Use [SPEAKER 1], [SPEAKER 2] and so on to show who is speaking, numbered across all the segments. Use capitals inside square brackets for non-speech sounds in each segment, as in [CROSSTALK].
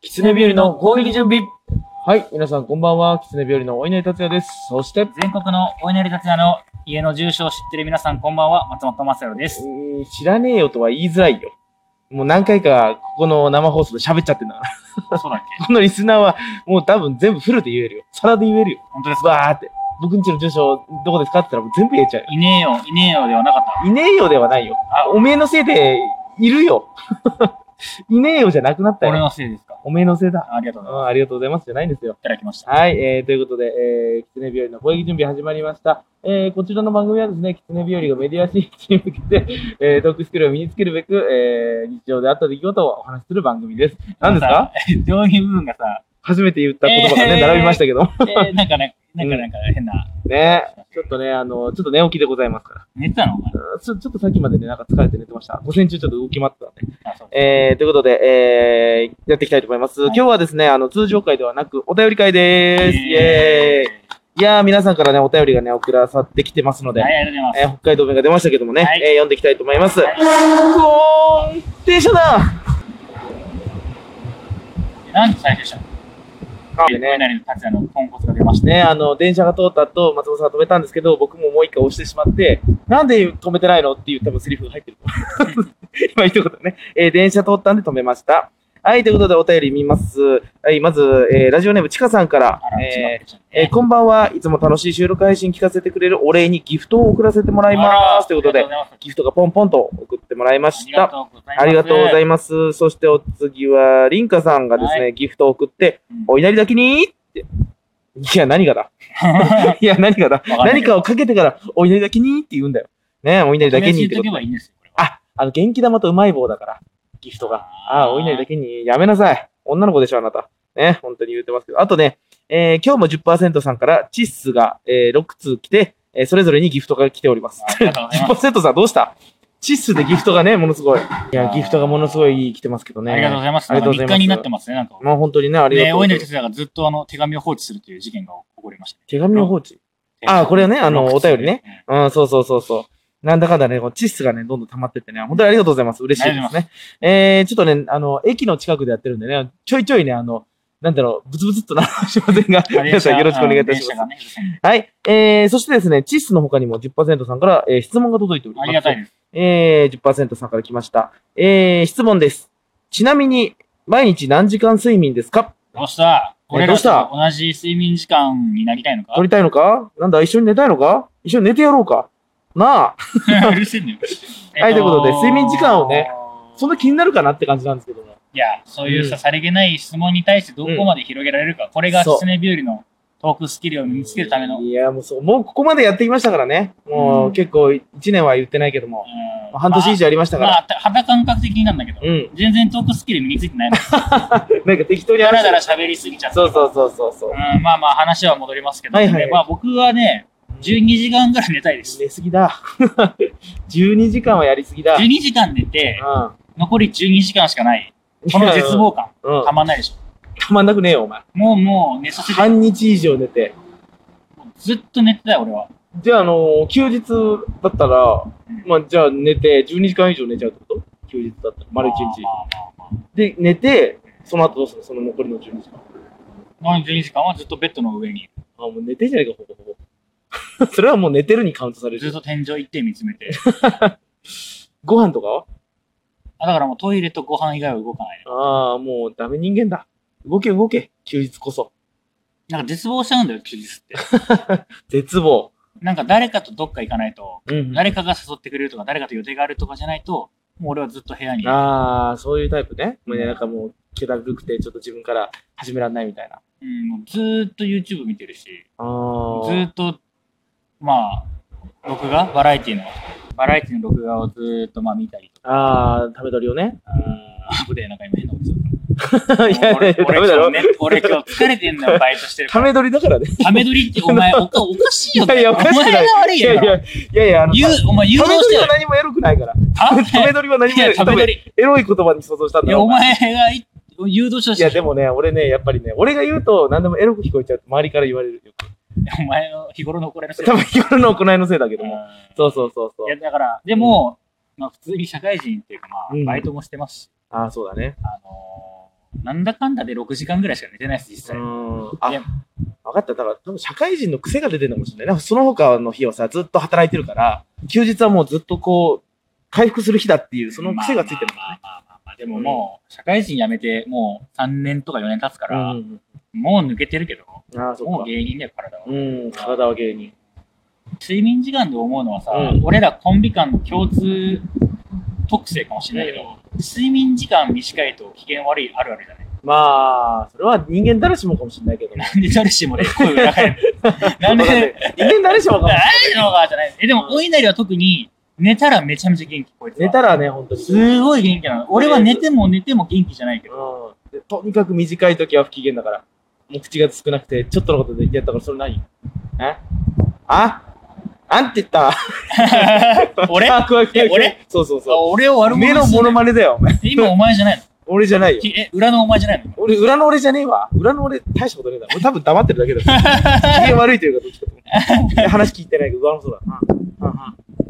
[SPEAKER 1] 狐日和の攻撃準備
[SPEAKER 2] はい、皆さんこんばんは。狐日和のお稲荷達也です。そして、
[SPEAKER 1] 全国のお稲荷達也の家の住所を知ってる皆さんこんばんは、松本正宏です。
[SPEAKER 2] うーん知らねえよとは言いづらいよ。もう何回かここの生放送で喋っちゃってんだから。
[SPEAKER 1] そうだっけ
[SPEAKER 2] [LAUGHS] このリスナーはもう多分全部フルで言えるよ。皿で言えるよ。
[SPEAKER 1] 本当ですか
[SPEAKER 2] わーって。僕んちの住所どこですかって言ったらもう全部言えちゃうよ。
[SPEAKER 1] いねえよ、いねえよではなかった。
[SPEAKER 2] いねえよではないよ。あ、おめえのせいでいるよ。 [LAUGHS] いねえよじゃなくなった
[SPEAKER 1] 俺
[SPEAKER 2] よ。
[SPEAKER 1] のせいですか
[SPEAKER 2] おめえのせいだ。
[SPEAKER 1] ありがとう
[SPEAKER 2] う
[SPEAKER 1] ございます。
[SPEAKER 2] ん、ありがとうございますじゃないんですよ。
[SPEAKER 1] いただきました。
[SPEAKER 2] はい、えー、ということで、えー、キツネ日和の攻撃準備始まりました。えー、こちらの番組はですね、キツネ日和がメディア進出に向けて、 [LAUGHS] えー、トークスキルを身につけるべく、えー、日常であった出来事をお話しする番組です。何ですか
[SPEAKER 1] 上下部分
[SPEAKER 2] [LAUGHS]
[SPEAKER 1] がさ、
[SPEAKER 2] 初めて言った言葉がね、
[SPEAKER 1] えー
[SPEAKER 2] 並びましたけども。
[SPEAKER 1] えーなんかね、なんかなんか変な、
[SPEAKER 2] ねちょっとね、あの、ちょっと寝起きでございますから。
[SPEAKER 1] 寝てたのお前。
[SPEAKER 2] うんちょちょっとさっきまでね、なんか疲れて寝てました。午前中ちょっと動き回ってたんで。
[SPEAKER 1] あ、そう。
[SPEAKER 2] えー、ということで、えー、やっていきたいと思います。
[SPEAKER 1] はい
[SPEAKER 2] 今日はですね、あの、通常会ではなく、お便り会です。イエーイ
[SPEAKER 1] イ
[SPEAKER 2] いやー、皆さんからね、お便りがね、送らさってきてますので、
[SPEAKER 1] はい、ありがとうござ
[SPEAKER 2] え
[SPEAKER 1] い
[SPEAKER 2] ー北海道弁が出ましたけどもね、
[SPEAKER 1] はい
[SPEAKER 2] えー読んでいきたいと思います。
[SPEAKER 1] はい
[SPEAKER 2] こーん、電車だ
[SPEAKER 1] ます。なんで最初でしたのお稲
[SPEAKER 2] ね
[SPEAKER 1] 荷の達也のポンコツが出ました。
[SPEAKER 2] ね、あの、電車が通った後、松本さんが止めたんですけど、僕ももう一回押してしまって、なんで止めてないのっていう多分セリフが入ってると思う。 [LAUGHS] 今一言ね、えー電車通ったんで止めました。はい、ということでお便り見ます。はい、まず、えーラジオネームちかさんから
[SPEAKER 1] あ、ら、違っ
[SPEAKER 2] え
[SPEAKER 1] てきちゃっ
[SPEAKER 2] ーえー
[SPEAKER 1] た。
[SPEAKER 2] こんばんは。いつも楽しい収録配信聞かせてくれるお礼にギフトを送らせてもらい
[SPEAKER 1] あ
[SPEAKER 2] ま
[SPEAKER 1] ら
[SPEAKER 2] す。ということ
[SPEAKER 1] あ
[SPEAKER 2] で
[SPEAKER 1] り、がとうございます
[SPEAKER 2] ギフトがポンポンと送ってもらいました。
[SPEAKER 1] あ
[SPEAKER 2] あ
[SPEAKER 1] り
[SPEAKER 2] り
[SPEAKER 1] が
[SPEAKER 2] がと
[SPEAKER 1] とう
[SPEAKER 2] う
[SPEAKER 1] ご
[SPEAKER 2] ご
[SPEAKER 1] ざ
[SPEAKER 2] ざ
[SPEAKER 1] い
[SPEAKER 2] います。そしてお次は、リンカさんがですね、
[SPEAKER 1] は
[SPEAKER 2] ギフトを送って、
[SPEAKER 1] うん
[SPEAKER 2] お稲荷だけにって。いや、何が
[SPEAKER 1] [LAUGHS]
[SPEAKER 2] だいや、何がだ
[SPEAKER 1] かんない
[SPEAKER 2] 何かをかけてから、お稲荷だけにって言うんだよ。ねえお稲荷
[SPEAKER 1] ます。
[SPEAKER 2] だけに
[SPEAKER 1] に
[SPEAKER 2] ってこと
[SPEAKER 1] け。ばいいんですよ、これは
[SPEAKER 2] あ、あの、元気玉とうまい棒だから、ギフトが。ああ、お稲荷だけに、やめなさい。女の子でしょ、あなた。ね、本当に言うてますけど。あとね、えー今日も10%さんから、チッスが、えー6通来て、えーそれぞれにギフトが来ております。
[SPEAKER 1] ありがとうご
[SPEAKER 2] [LAUGHS]
[SPEAKER 1] ざいます。
[SPEAKER 2] 10%さんどうしたチッスでギフトがね、ものすごい。いや、ギフトがものすごい来てますけどね。
[SPEAKER 1] ありがとうございます。
[SPEAKER 2] あ
[SPEAKER 1] な
[SPEAKER 2] り
[SPEAKER 1] ん
[SPEAKER 2] がとう
[SPEAKER 1] か
[SPEAKER 2] ござ
[SPEAKER 1] 日
[SPEAKER 2] います
[SPEAKER 1] 課になってますね、なんか。
[SPEAKER 2] まあ本当にね、ありが
[SPEAKER 1] ね、
[SPEAKER 2] とうご
[SPEAKER 1] 大
[SPEAKER 2] ざ
[SPEAKER 1] 稲
[SPEAKER 2] い
[SPEAKER 1] 荷
[SPEAKER 2] ます。
[SPEAKER 1] 哲也がずっとあの手紙を放置するという事件が起こりました。
[SPEAKER 2] 手紙の放置。あーこれはねあのお便りね。うん、そうそうそうそう。なんだかんだね、こうチッスがね、どんどん溜まってってね、本当にありがとうございます。嬉しい
[SPEAKER 1] あり
[SPEAKER 2] で
[SPEAKER 1] が
[SPEAKER 2] す
[SPEAKER 1] とう
[SPEAKER 2] ね。えー、ちょっとね、あの、駅の近くでやってるんでね、ちょいちょいね、あの、なんだろう、ブツブツっとなしませんが、皆さんよろしくお願いいたします。
[SPEAKER 1] す。
[SPEAKER 2] はい。えー、そしてですね、チッスの他にも10%さんから、えー質問が届いております。
[SPEAKER 1] ありがたいです。
[SPEAKER 2] えー、10%さんから来ました。えー、質問です。ちなみに、毎日何時間睡眠ですか
[SPEAKER 1] どうした俺
[SPEAKER 2] ど
[SPEAKER 1] ら
[SPEAKER 2] うした
[SPEAKER 1] と同じ睡眠時間になりたいのか
[SPEAKER 2] 取りたいのかなんだ、一緒に寝たいのか一緒に寝てやろうかなあ、
[SPEAKER 1] [LAUGHS] うるせえんだよ。
[SPEAKER 2] はいということで睡眠時間をね、そんな気に
[SPEAKER 1] な
[SPEAKER 2] なるかなって感じなんですけども。
[SPEAKER 1] いや、そういう
[SPEAKER 2] う
[SPEAKER 1] さ、
[SPEAKER 2] ん
[SPEAKER 1] さりげない質問に対してどこまで広げられるか、これが
[SPEAKER 2] そう
[SPEAKER 1] 狐日和のトークスキルを身につけるための、うん
[SPEAKER 2] いや、もうそう、もうここまでやってきましたからね。も
[SPEAKER 1] うん
[SPEAKER 2] う結構1年は言ってないけども、まあ半年以上やりましたか
[SPEAKER 1] まあま
[SPEAKER 2] ら。
[SPEAKER 1] あ、肌感覚的になんだけど、
[SPEAKER 2] うん。
[SPEAKER 1] 全然トークスキル身についてないの。
[SPEAKER 2] なんか適当に
[SPEAKER 1] だら
[SPEAKER 2] 話し
[SPEAKER 1] だ
[SPEAKER 2] てる。
[SPEAKER 1] ら喋りすぎちゃって。
[SPEAKER 2] そうそうそうそうそう。
[SPEAKER 1] うん、まあまあ話は戻りますけど、
[SPEAKER 2] はいはいはい
[SPEAKER 1] まあ僕はね、12時間ぐらい寝たいです。
[SPEAKER 2] 寝すぎだ。12時間はやりすぎだ。
[SPEAKER 1] 12時間寝て、
[SPEAKER 2] う
[SPEAKER 1] 残り12時間しかない。
[SPEAKER 2] ん。
[SPEAKER 1] この絶望感、
[SPEAKER 2] うん。うん
[SPEAKER 1] たまんないでしょ。
[SPEAKER 2] たまんなくねえよ、お前。
[SPEAKER 1] もうもう寝させ
[SPEAKER 2] [LAUGHS]
[SPEAKER 1] て、
[SPEAKER 2] 半日以上寝て。
[SPEAKER 1] ずっと寝てたよ、俺は。
[SPEAKER 2] じゃあ、あのー休日だったら、
[SPEAKER 1] ん
[SPEAKER 2] まあ、じゃあ寝て、12時間以上寝ちゃうってこと休日だったら、丸1日
[SPEAKER 1] ま。あまあまあま
[SPEAKER 2] で、寝て、その後どうするのその残りの12時間。
[SPEAKER 1] あ。残り12時間はずっとベッドの上に、
[SPEAKER 2] あ、もう寝てんじゃねえか、ほぼほぼ。 [LAUGHS] それはもう寝てるにカウントされ
[SPEAKER 1] ずっ
[SPEAKER 2] る。
[SPEAKER 1] と天井行って見
[SPEAKER 2] [LAUGHS]
[SPEAKER 1] つめて。
[SPEAKER 2] ご飯とかは
[SPEAKER 1] あだからもうトイレとご飯以外は動かないね。
[SPEAKER 2] ああ、もうダメ人間だ。動け動け、休日こそ。
[SPEAKER 1] なんか絶望しちゃうんだよ、休日って。
[SPEAKER 2] 絶望。
[SPEAKER 1] なんか誰かとどっか行かないと、
[SPEAKER 2] うん
[SPEAKER 1] 誰かが誘ってくれるとか、誰かと予定があるとかじゃないと、もう俺はずっと部屋に。
[SPEAKER 2] ああ、そういうタイプね。もうね、なんかもう、気だるくて、ちょっと自分から始めらんないみたいな。
[SPEAKER 1] うん、もうずーっと YouTube 見てるし。
[SPEAKER 2] ああ。
[SPEAKER 1] ずーっと、まあ、録画バラエティの、バラエティの録画をずーっとまあ見たりとか、
[SPEAKER 2] ああ、食べとるよね。
[SPEAKER 1] あー危ねえ、なんか今変なことする。
[SPEAKER 2] い [LAUGHS] やいや、ダメ
[SPEAKER 1] 俺俺
[SPEAKER 2] だろ
[SPEAKER 1] 今。日ね俺今日疲れてん
[SPEAKER 2] [LAUGHS]
[SPEAKER 1] だよ、バイトしてるか
[SPEAKER 2] た
[SPEAKER 1] ら。
[SPEAKER 2] め撮りだからね。
[SPEAKER 1] ため撮りってお前おかおかしいよね。
[SPEAKER 2] いやいやおかしくない
[SPEAKER 1] お前が悪
[SPEAKER 2] い
[SPEAKER 1] い
[SPEAKER 2] や
[SPEAKER 1] よ
[SPEAKER 2] いや、
[SPEAKER 1] な。
[SPEAKER 2] いやいや、あの、
[SPEAKER 1] 言う、お前誘
[SPEAKER 2] た
[SPEAKER 1] 導
[SPEAKER 2] め
[SPEAKER 1] し
[SPEAKER 2] 撮
[SPEAKER 1] て
[SPEAKER 2] り
[SPEAKER 1] や
[SPEAKER 2] は
[SPEAKER 1] る。
[SPEAKER 2] 何もエロくないから。
[SPEAKER 1] あ
[SPEAKER 2] ため撮りは何
[SPEAKER 1] い
[SPEAKER 2] もエ
[SPEAKER 1] や、
[SPEAKER 2] ロ
[SPEAKER 1] ため撮り。
[SPEAKER 2] エロい言葉に想像したん
[SPEAKER 1] い
[SPEAKER 2] だ
[SPEAKER 1] や、
[SPEAKER 2] ろ
[SPEAKER 1] お。前がい誘導しよう
[SPEAKER 2] いや、
[SPEAKER 1] とし
[SPEAKER 2] でもね、俺ね、やっぱりね、俺が言うと何でもエロく聞こえちゃうって周りから言われるよ。
[SPEAKER 1] お前の日頃の怒られのせいだ
[SPEAKER 2] 多分夜の行いのせいだけど
[SPEAKER 1] うん
[SPEAKER 2] も。そうそうそうそ
[SPEAKER 1] いうや、。だから、でも、まあ普通に社会人っていうかま
[SPEAKER 2] うん
[SPEAKER 1] あ、バイトもしてますし、
[SPEAKER 2] ああ、そうだね。
[SPEAKER 1] あのなんだかんだで6時間ぐらいしか寝てないです、実際。
[SPEAKER 2] うん。あ
[SPEAKER 1] いや、
[SPEAKER 2] 分かった。だから、多分社会人の癖が出てるのかもしれないね。その他の日はさ、ずっと働いてるから、休日はもうずっとこう、回復する日だっていう、その癖がついてるのか
[SPEAKER 1] まあまあまあまあまあまあでももう、社会人辞めて、もう3年とか4年経つから、
[SPEAKER 2] ね。ん。
[SPEAKER 1] もう抜けてるけど、
[SPEAKER 2] ああ、そ
[SPEAKER 1] もう
[SPEAKER 2] っか。
[SPEAKER 1] 芸人だよ、体は。
[SPEAKER 2] うん、体は芸人。
[SPEAKER 1] 睡眠時間で思うのはさ、
[SPEAKER 2] うん
[SPEAKER 1] 俺らコンビ間の共通特性かもしれないけど、睡眠時間短いと機嫌悪いあ [LAUGHS] るあるだね。
[SPEAKER 2] まあ、それは人間誰しもかもしれないけど。
[SPEAKER 1] なんで誰しもね、声裏返る。
[SPEAKER 2] [LAUGHS]
[SPEAKER 1] なんで、
[SPEAKER 2] わかんない
[SPEAKER 1] 誰
[SPEAKER 2] 人間誰しもかもしれない。
[SPEAKER 1] のがじゃないです。え、でも、
[SPEAKER 2] うん
[SPEAKER 1] お稲荷は特に、寝たらめちゃめちゃ元気、こいつは。
[SPEAKER 2] 寝たらね、本当に。
[SPEAKER 1] すごい元気なの。俺は寝ても寝ても元気じゃないけど。
[SPEAKER 2] うんでとにかく短い時は不機嫌だから。もう口が少なくて、ちょっとのことでやったから、それ何えああんって言った。[LAUGHS]
[SPEAKER 1] 俺
[SPEAKER 2] あ怖い怖い怖い
[SPEAKER 1] え
[SPEAKER 2] そうそう [LAUGHS] そう。
[SPEAKER 1] [LAUGHS] 俺を悪
[SPEAKER 2] 目
[SPEAKER 1] 者
[SPEAKER 2] の
[SPEAKER 1] にす
[SPEAKER 2] モ
[SPEAKER 1] る
[SPEAKER 2] ノマネだよ、お前。
[SPEAKER 1] 今お前じゃないの
[SPEAKER 2] 俺じゃないよ。
[SPEAKER 1] きえ、裏のお前じゃないの
[SPEAKER 2] 俺、裏の俺じゃねえわ。裏の俺、大したことねえだろ。俺多分黙ってるだけだよ。機嫌悪いというか、どっちかと思って。話聞いてないけど、裏のそうだ。うんうんうん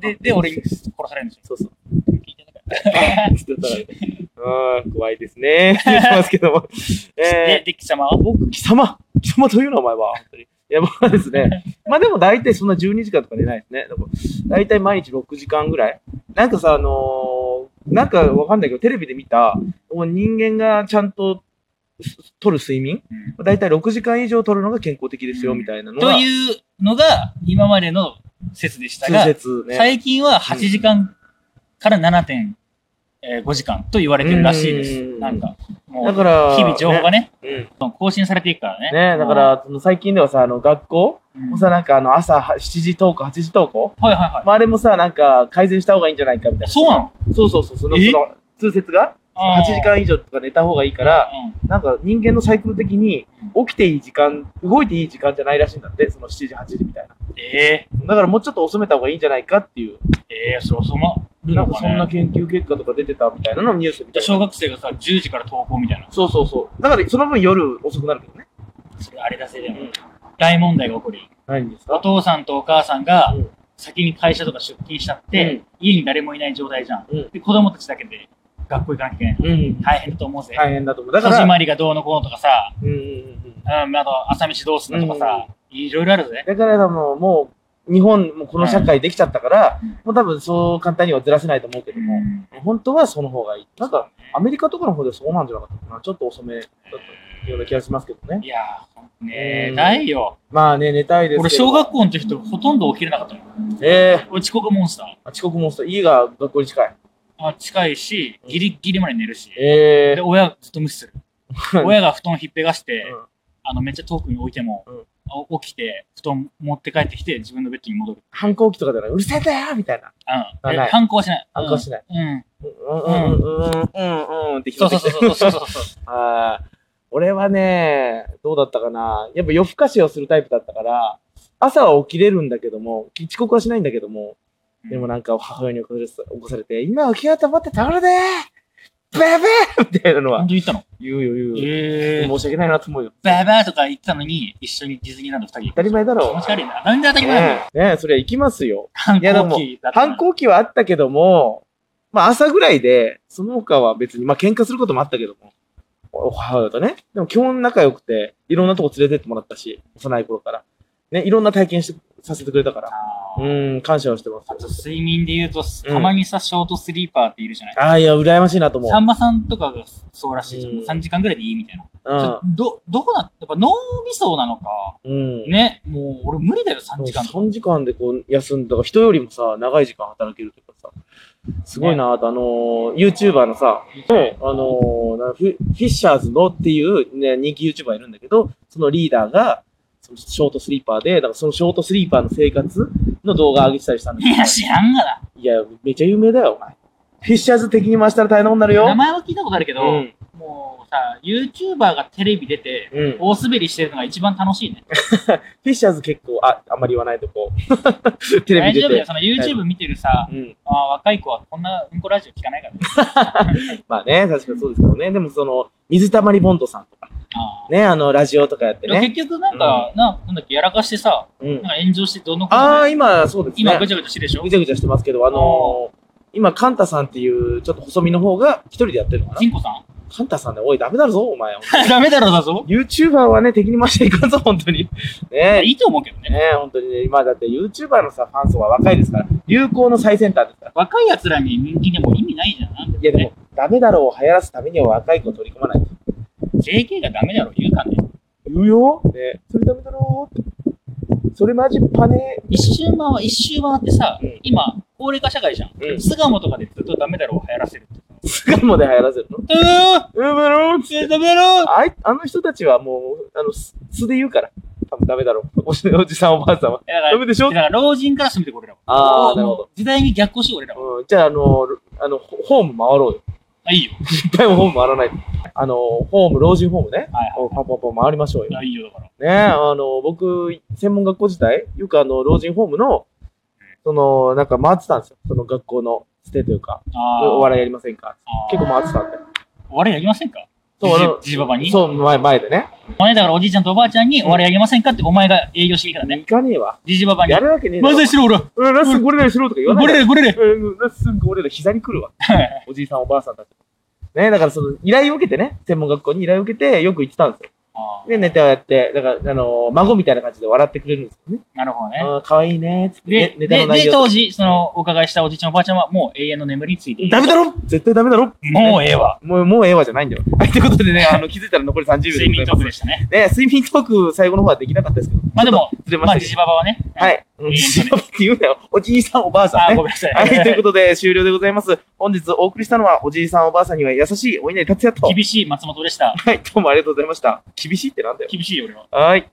[SPEAKER 1] で、で、俺に殺されるんでしょ
[SPEAKER 2] そうそう。
[SPEAKER 1] 聞いてなかっ
[SPEAKER 2] つってたら、うん、怖いですね。って言ってますけど
[SPEAKER 1] [LAUGHS]
[SPEAKER 2] も。
[SPEAKER 1] た。
[SPEAKER 2] えー
[SPEAKER 1] で、で、貴様は僕、
[SPEAKER 2] 貴様貴様というのはお前は本当に。いや、まあです
[SPEAKER 1] [LAUGHS]
[SPEAKER 2] ね。まあでも大体そんな12時間とか寝ないですね。でも大体毎日6時間ぐらい。なんかさ、あのーなんかわかんないけど、テレビで見た、もう人間がちゃんとす取る睡眠
[SPEAKER 1] うん
[SPEAKER 2] 大体6時間以上取るのが健康的ですよ、
[SPEAKER 1] うん
[SPEAKER 2] みたいなの
[SPEAKER 1] と
[SPEAKER 2] が。
[SPEAKER 1] いうのが、今までの説でした
[SPEAKER 2] 通
[SPEAKER 1] が、
[SPEAKER 2] 説ね。
[SPEAKER 1] 最近は8時間から7.5時間と言われてるらしいです。
[SPEAKER 2] うん
[SPEAKER 1] なんか、も
[SPEAKER 2] だ
[SPEAKER 1] う、
[SPEAKER 2] から、
[SPEAKER 1] 日々情報がね、
[SPEAKER 2] ね。
[SPEAKER 1] 更新されていくから
[SPEAKER 2] う
[SPEAKER 1] ね
[SPEAKER 2] ん。。ねだから、その最近ではさ、あの、学校
[SPEAKER 1] うん、
[SPEAKER 2] もさ、なんかあの、朝は7時登校、8時登校
[SPEAKER 1] はいはいは
[SPEAKER 2] まあ、あれもさ、なんか改善した方がいいんじゃないかみたいな。
[SPEAKER 1] い。そうなの
[SPEAKER 2] そうそうそう、その、
[SPEAKER 1] え
[SPEAKER 2] その通説が、
[SPEAKER 1] あ
[SPEAKER 2] 8
[SPEAKER 1] ー
[SPEAKER 2] 時間以上とか寝た方がいいから、
[SPEAKER 1] うん
[SPEAKER 2] なんか人間のサイクル的に、起きていい時間、動いていい時間じゃないらしいんだって、その7時、8時みたいな。
[SPEAKER 1] え
[SPEAKER 2] だからもうちょっと遅めた方がいいんじゃないかっていう、
[SPEAKER 1] えええそうそうまる
[SPEAKER 2] な
[SPEAKER 1] の
[SPEAKER 2] んか
[SPEAKER 1] か
[SPEAKER 2] そんな
[SPEAKER 1] ね。
[SPEAKER 2] 研究結果とか出てたみたいなのをニュースみたい
[SPEAKER 1] 小
[SPEAKER 2] な。
[SPEAKER 1] 学生がさ、10時から登校みたいな。
[SPEAKER 2] そうそうそう。だからその分夜遅くなるけどね。
[SPEAKER 1] それあれだせで
[SPEAKER 2] う
[SPEAKER 1] も
[SPEAKER 2] ん、
[SPEAKER 1] 大問題が起こり、
[SPEAKER 2] ないんです
[SPEAKER 1] お
[SPEAKER 2] か
[SPEAKER 1] 父さんとお母さんが
[SPEAKER 2] うん
[SPEAKER 1] 先に会社とか出勤しちゃって、家に誰もいない状態じゃん。
[SPEAKER 2] うん。
[SPEAKER 1] で、子供たちだけで学校行かなきゃいけない。
[SPEAKER 2] うん。
[SPEAKER 1] 大変だと思うぜ。
[SPEAKER 2] 大変だと思う。だから、
[SPEAKER 1] 始まりがどうのこうのとかさ、
[SPEAKER 2] うんうんうん。
[SPEAKER 1] うん、あと朝飯どうすんのとかさ、いろいろあるぜ。
[SPEAKER 2] だからもう、もう、日本もこの社会できちゃったから、
[SPEAKER 1] うん
[SPEAKER 2] もう多分そう簡単にはずらせないと思うけども、
[SPEAKER 1] ん。
[SPEAKER 2] 本当はその方がいい。なんか、アメリカとかの方でそうなんじゃなかったかな。ちょっと遅めだったような気がしますけどね。
[SPEAKER 1] いやー、ほんとね
[SPEAKER 2] う
[SPEAKER 1] え、
[SPEAKER 2] ん
[SPEAKER 1] ないよ。
[SPEAKER 2] まあね、寝たいです
[SPEAKER 1] 俺、
[SPEAKER 2] けど。
[SPEAKER 1] 小学校の時とほとんど起きれなかったの。
[SPEAKER 2] ええ
[SPEAKER 1] 俺、遅刻モンスター。
[SPEAKER 2] 遅刻モンスター。家が学校に近い。
[SPEAKER 1] あ近いし、
[SPEAKER 2] うん
[SPEAKER 1] ギリギリまで寝るし、
[SPEAKER 2] ええ
[SPEAKER 1] で親ずっと無視する。親が布団ひっぺがして、
[SPEAKER 2] うん
[SPEAKER 1] あのめっちゃ遠くに置いても、
[SPEAKER 2] うん
[SPEAKER 1] あ起きて、布団持って帰ってきて、自分のベッドに戻る。
[SPEAKER 2] 反抗期とかじゃない。うるせえんだよみたいな。
[SPEAKER 1] うん、
[SPEAKER 2] ない
[SPEAKER 1] で反抗はしない。
[SPEAKER 2] 反抗はしない。
[SPEAKER 1] うん。うん、
[SPEAKER 2] うんうんうんうんうんうんって聞
[SPEAKER 1] そう
[SPEAKER 2] こ
[SPEAKER 1] そ
[SPEAKER 2] えて
[SPEAKER 1] う
[SPEAKER 2] きて。
[SPEAKER 1] そうそうそうそう。
[SPEAKER 2] はい俺はね、どうだったかな。やっぱ夜更かしをするタイプだったから、朝は起きれるんだけども、遅刻はしないんだけども、でもなんか母親に起こされ起こされて、今起きようと思って倒れてベベーみたいなのは
[SPEAKER 1] 本当に言ったの
[SPEAKER 2] 言うよ言うよ。
[SPEAKER 1] えー、
[SPEAKER 2] 申し訳ないなと思うよ。
[SPEAKER 1] バーバーとか言ってたのに、一緒にディズニーランド二人行
[SPEAKER 2] 当たり前だ
[SPEAKER 1] く。気
[SPEAKER 2] ろ
[SPEAKER 1] 持ち悪いな。なんで当た
[SPEAKER 2] う。
[SPEAKER 1] り前なの、
[SPEAKER 2] ねえ、ねえそりゃ行きますよ。いやで
[SPEAKER 1] 反
[SPEAKER 2] も
[SPEAKER 1] 抗期だったな。
[SPEAKER 2] 反抗期はあったけども、まあ朝ぐらいで、その他は別に、まあ喧嘩することもあったけども、お母親とね。でも基本仲良くて、いろんなとこ連れてってもらったし、幼い頃から。ね、いろんな体験してさせてくれたから。
[SPEAKER 1] あ
[SPEAKER 2] う
[SPEAKER 1] ー
[SPEAKER 2] ーん、感謝をしてます
[SPEAKER 1] あ。と睡眠で言うと、
[SPEAKER 2] うん
[SPEAKER 1] たまにさ、ショートスリーパーっているじゃない、
[SPEAKER 2] ああ、いや、羨ましいなと思う。
[SPEAKER 1] さんまさんとかがそうらしいじゃん。
[SPEAKER 2] うん
[SPEAKER 1] 3時間ぐらいでいいみたいな。
[SPEAKER 2] うん。
[SPEAKER 1] ど、どこな、やっぱ脳みそなのか。
[SPEAKER 2] うん。
[SPEAKER 1] ね、もう俺無理だよ、3時間とか。
[SPEAKER 2] 3時間でこう休んだから人よりもさ長い時間働けるというかさすごいなあとあのー、YouTuber のさ、あのーなフィフィッシャーズのっていう、ね、人気 YouTuber いるんだけどそのリーダーがそのショートスリーパーでだからそのショートスリーパーの生活の動画上げてたりしたんだけ
[SPEAKER 1] いや、
[SPEAKER 2] ど
[SPEAKER 1] 知らんがな。
[SPEAKER 2] いやめちゃ有名だよお前フィッシャーズ的に回したら大変なことになるよ
[SPEAKER 1] 名前は聞いたことあるけど、
[SPEAKER 2] うん
[SPEAKER 1] もうさ、YouTuber がテレビ出て、
[SPEAKER 2] うん、フ
[SPEAKER 1] 大滑りしてるのが一番楽しいね。
[SPEAKER 2] ィッシャーズ結構ああんまり言わないとこうテレ
[SPEAKER 1] [LAUGHS] 大
[SPEAKER 2] ビ
[SPEAKER 1] 丈
[SPEAKER 2] 出
[SPEAKER 1] 夫だよ、
[SPEAKER 2] て、
[SPEAKER 1] その YouTube 見てるさ、
[SPEAKER 2] うん、
[SPEAKER 1] あー若い子はこんなうんこラジオ聞かないからね。
[SPEAKER 2] まあね確かにそうですけどねでもその水溜りボンドさんとか
[SPEAKER 1] あー
[SPEAKER 2] ね、あの、ラジオとかやって
[SPEAKER 1] でも
[SPEAKER 2] ね。
[SPEAKER 1] 結局なんか、ななんだっけ、やらかしてさ、
[SPEAKER 2] うん
[SPEAKER 1] なん。か炎上してどの子
[SPEAKER 2] あ
[SPEAKER 1] も
[SPEAKER 2] あ、
[SPEAKER 1] ね、
[SPEAKER 2] 今、そうですね。
[SPEAKER 1] 今ぐちゃぐちゃしてるでしょ
[SPEAKER 2] ぐちゃぐちゃしてますけど、あのー今、カンタさんっていう、ちょっと細身の方が一人でやってるのかな
[SPEAKER 1] ジンコさん [LAUGHS]
[SPEAKER 2] カンタさんね、おい、ダメだぞ、お前。
[SPEAKER 1] ダメだろだぞ。
[SPEAKER 2] YouTuber はね、敵に回していかんぞ、 [LAUGHS] 本当に。ね
[SPEAKER 1] いいと思うけど
[SPEAKER 2] え。
[SPEAKER 1] ね。
[SPEAKER 2] ねえ、本当にね、今だって YouTuber のさ、ファン層は若いですから、流行の最先端ですから。
[SPEAKER 1] 若い奴らに人気でも意味ないじゃん。なん
[SPEAKER 2] いや、でも、ダメだろうを流行らすためには若い子を取り込まないと。
[SPEAKER 1] JK がダメだろ、言うかね。
[SPEAKER 2] 言うよ。ねそれダメだろうって。それマジパネ
[SPEAKER 1] 一周回は一周回ってさ、
[SPEAKER 2] うん
[SPEAKER 1] 今、高齢化社会じゃん。
[SPEAKER 2] うん
[SPEAKER 1] 巣鴨とかでずっとダメだろを流行らせるっ
[SPEAKER 2] [LAUGHS]
[SPEAKER 1] て。
[SPEAKER 2] 巣鴨で流行らせるの
[SPEAKER 1] うー
[SPEAKER 2] ダメだろうって。
[SPEAKER 1] ダメだろ
[SPEAKER 2] あい、あの人たちはもう、あの、す素で言うから。多分ダメだろう。おじおじさんおばあさんは。
[SPEAKER 1] だから
[SPEAKER 2] ダメでしょ
[SPEAKER 1] だから老人からしてみてこれらは。
[SPEAKER 2] あ
[SPEAKER 1] も
[SPEAKER 2] あ、
[SPEAKER 1] う
[SPEAKER 2] なるほど。。
[SPEAKER 1] 時代に逆行して俺らは。
[SPEAKER 2] うん、じゃあ、あの、あの、ホホーム回ろうよ。
[SPEAKER 1] あ、いいよ。
[SPEAKER 2] 一回もホーム回らないと。あの、ホーム、老人ホームね。
[SPEAKER 1] はいはい。
[SPEAKER 2] パンパンパン回りましょうよ。
[SPEAKER 1] あいいよ、だから。
[SPEAKER 2] ねあの、僕、専門学校時代、よくあの、老人ホームの、その、なんか回ってたんですよ。その学校のステというか、
[SPEAKER 1] あー
[SPEAKER 2] お笑いやりませんか
[SPEAKER 1] あー
[SPEAKER 2] 結構回ってたんで。
[SPEAKER 1] お笑いやりませんか
[SPEAKER 2] そうあの
[SPEAKER 1] じじばばに
[SPEAKER 2] そう、前、前でね。
[SPEAKER 1] お前だからおじいちゃんとおばあちゃんに
[SPEAKER 2] うん
[SPEAKER 1] お笑いやりませんかってお前が営業していいからね。
[SPEAKER 2] 行かねえわ。
[SPEAKER 1] じじばばに
[SPEAKER 2] や。るわけねえだ
[SPEAKER 1] 漫
[SPEAKER 2] ろ
[SPEAKER 1] 才しろ、俺は。
[SPEAKER 2] うん、ラッスンゴリラにしろとか言わない
[SPEAKER 1] ゴ
[SPEAKER 2] で
[SPEAKER 1] リラ、ゴリラ。
[SPEAKER 2] うん、なすぐ俺ら膝に来るわ。おじいさんおばあさんたち。ね、だからその依頼を受けてね、専門学校に依頼を受けてよく行ってたんですよ。
[SPEAKER 1] あー
[SPEAKER 2] で、ネタをやって、だから、あのー孫みたいな感じで笑ってくれるんですよね。
[SPEAKER 1] なるほどね。
[SPEAKER 2] ああ、かわいいね、つって、
[SPEAKER 1] で
[SPEAKER 2] ね、、ネタ
[SPEAKER 1] で
[SPEAKER 2] の内
[SPEAKER 1] で、
[SPEAKER 2] 容と
[SPEAKER 1] 当時、その、お伺いしたおじいちゃんおばあちゃんは、もう永遠の眠りについている
[SPEAKER 2] ダメだろ絶対ダメだろ
[SPEAKER 1] もうええわ。
[SPEAKER 2] もう、もうええわじゃないんだよ。はい、ということでね、あの、気づいたら残り30秒でござい
[SPEAKER 1] 睡眠トー
[SPEAKER 2] ます
[SPEAKER 1] クでしたね。
[SPEAKER 2] ね、睡眠トーク最後の方はできなかったですけど、
[SPEAKER 1] まあでも、
[SPEAKER 2] ずれま
[SPEAKER 1] ま
[SPEAKER 2] し
[SPEAKER 1] あ、
[SPEAKER 2] た
[SPEAKER 1] じ
[SPEAKER 2] け
[SPEAKER 1] じ
[SPEAKER 2] ど。
[SPEAKER 1] ばばはね。
[SPEAKER 2] はい。うんじじばばって言うなよ。おじいさん、おばあさんね。
[SPEAKER 1] あー、ごめんなさ
[SPEAKER 2] [LAUGHS]
[SPEAKER 1] い。
[SPEAKER 2] はい、ということで終了でございます。本日お送りしたのは、おじいさんおばあさんには優しいお稲荷達也と。
[SPEAKER 1] [LAUGHS] 厳しい松本でした。
[SPEAKER 2] はい、どうもありがとうございました。厳しいってなんだよ。
[SPEAKER 1] 厳しいよ、俺は。
[SPEAKER 2] はい。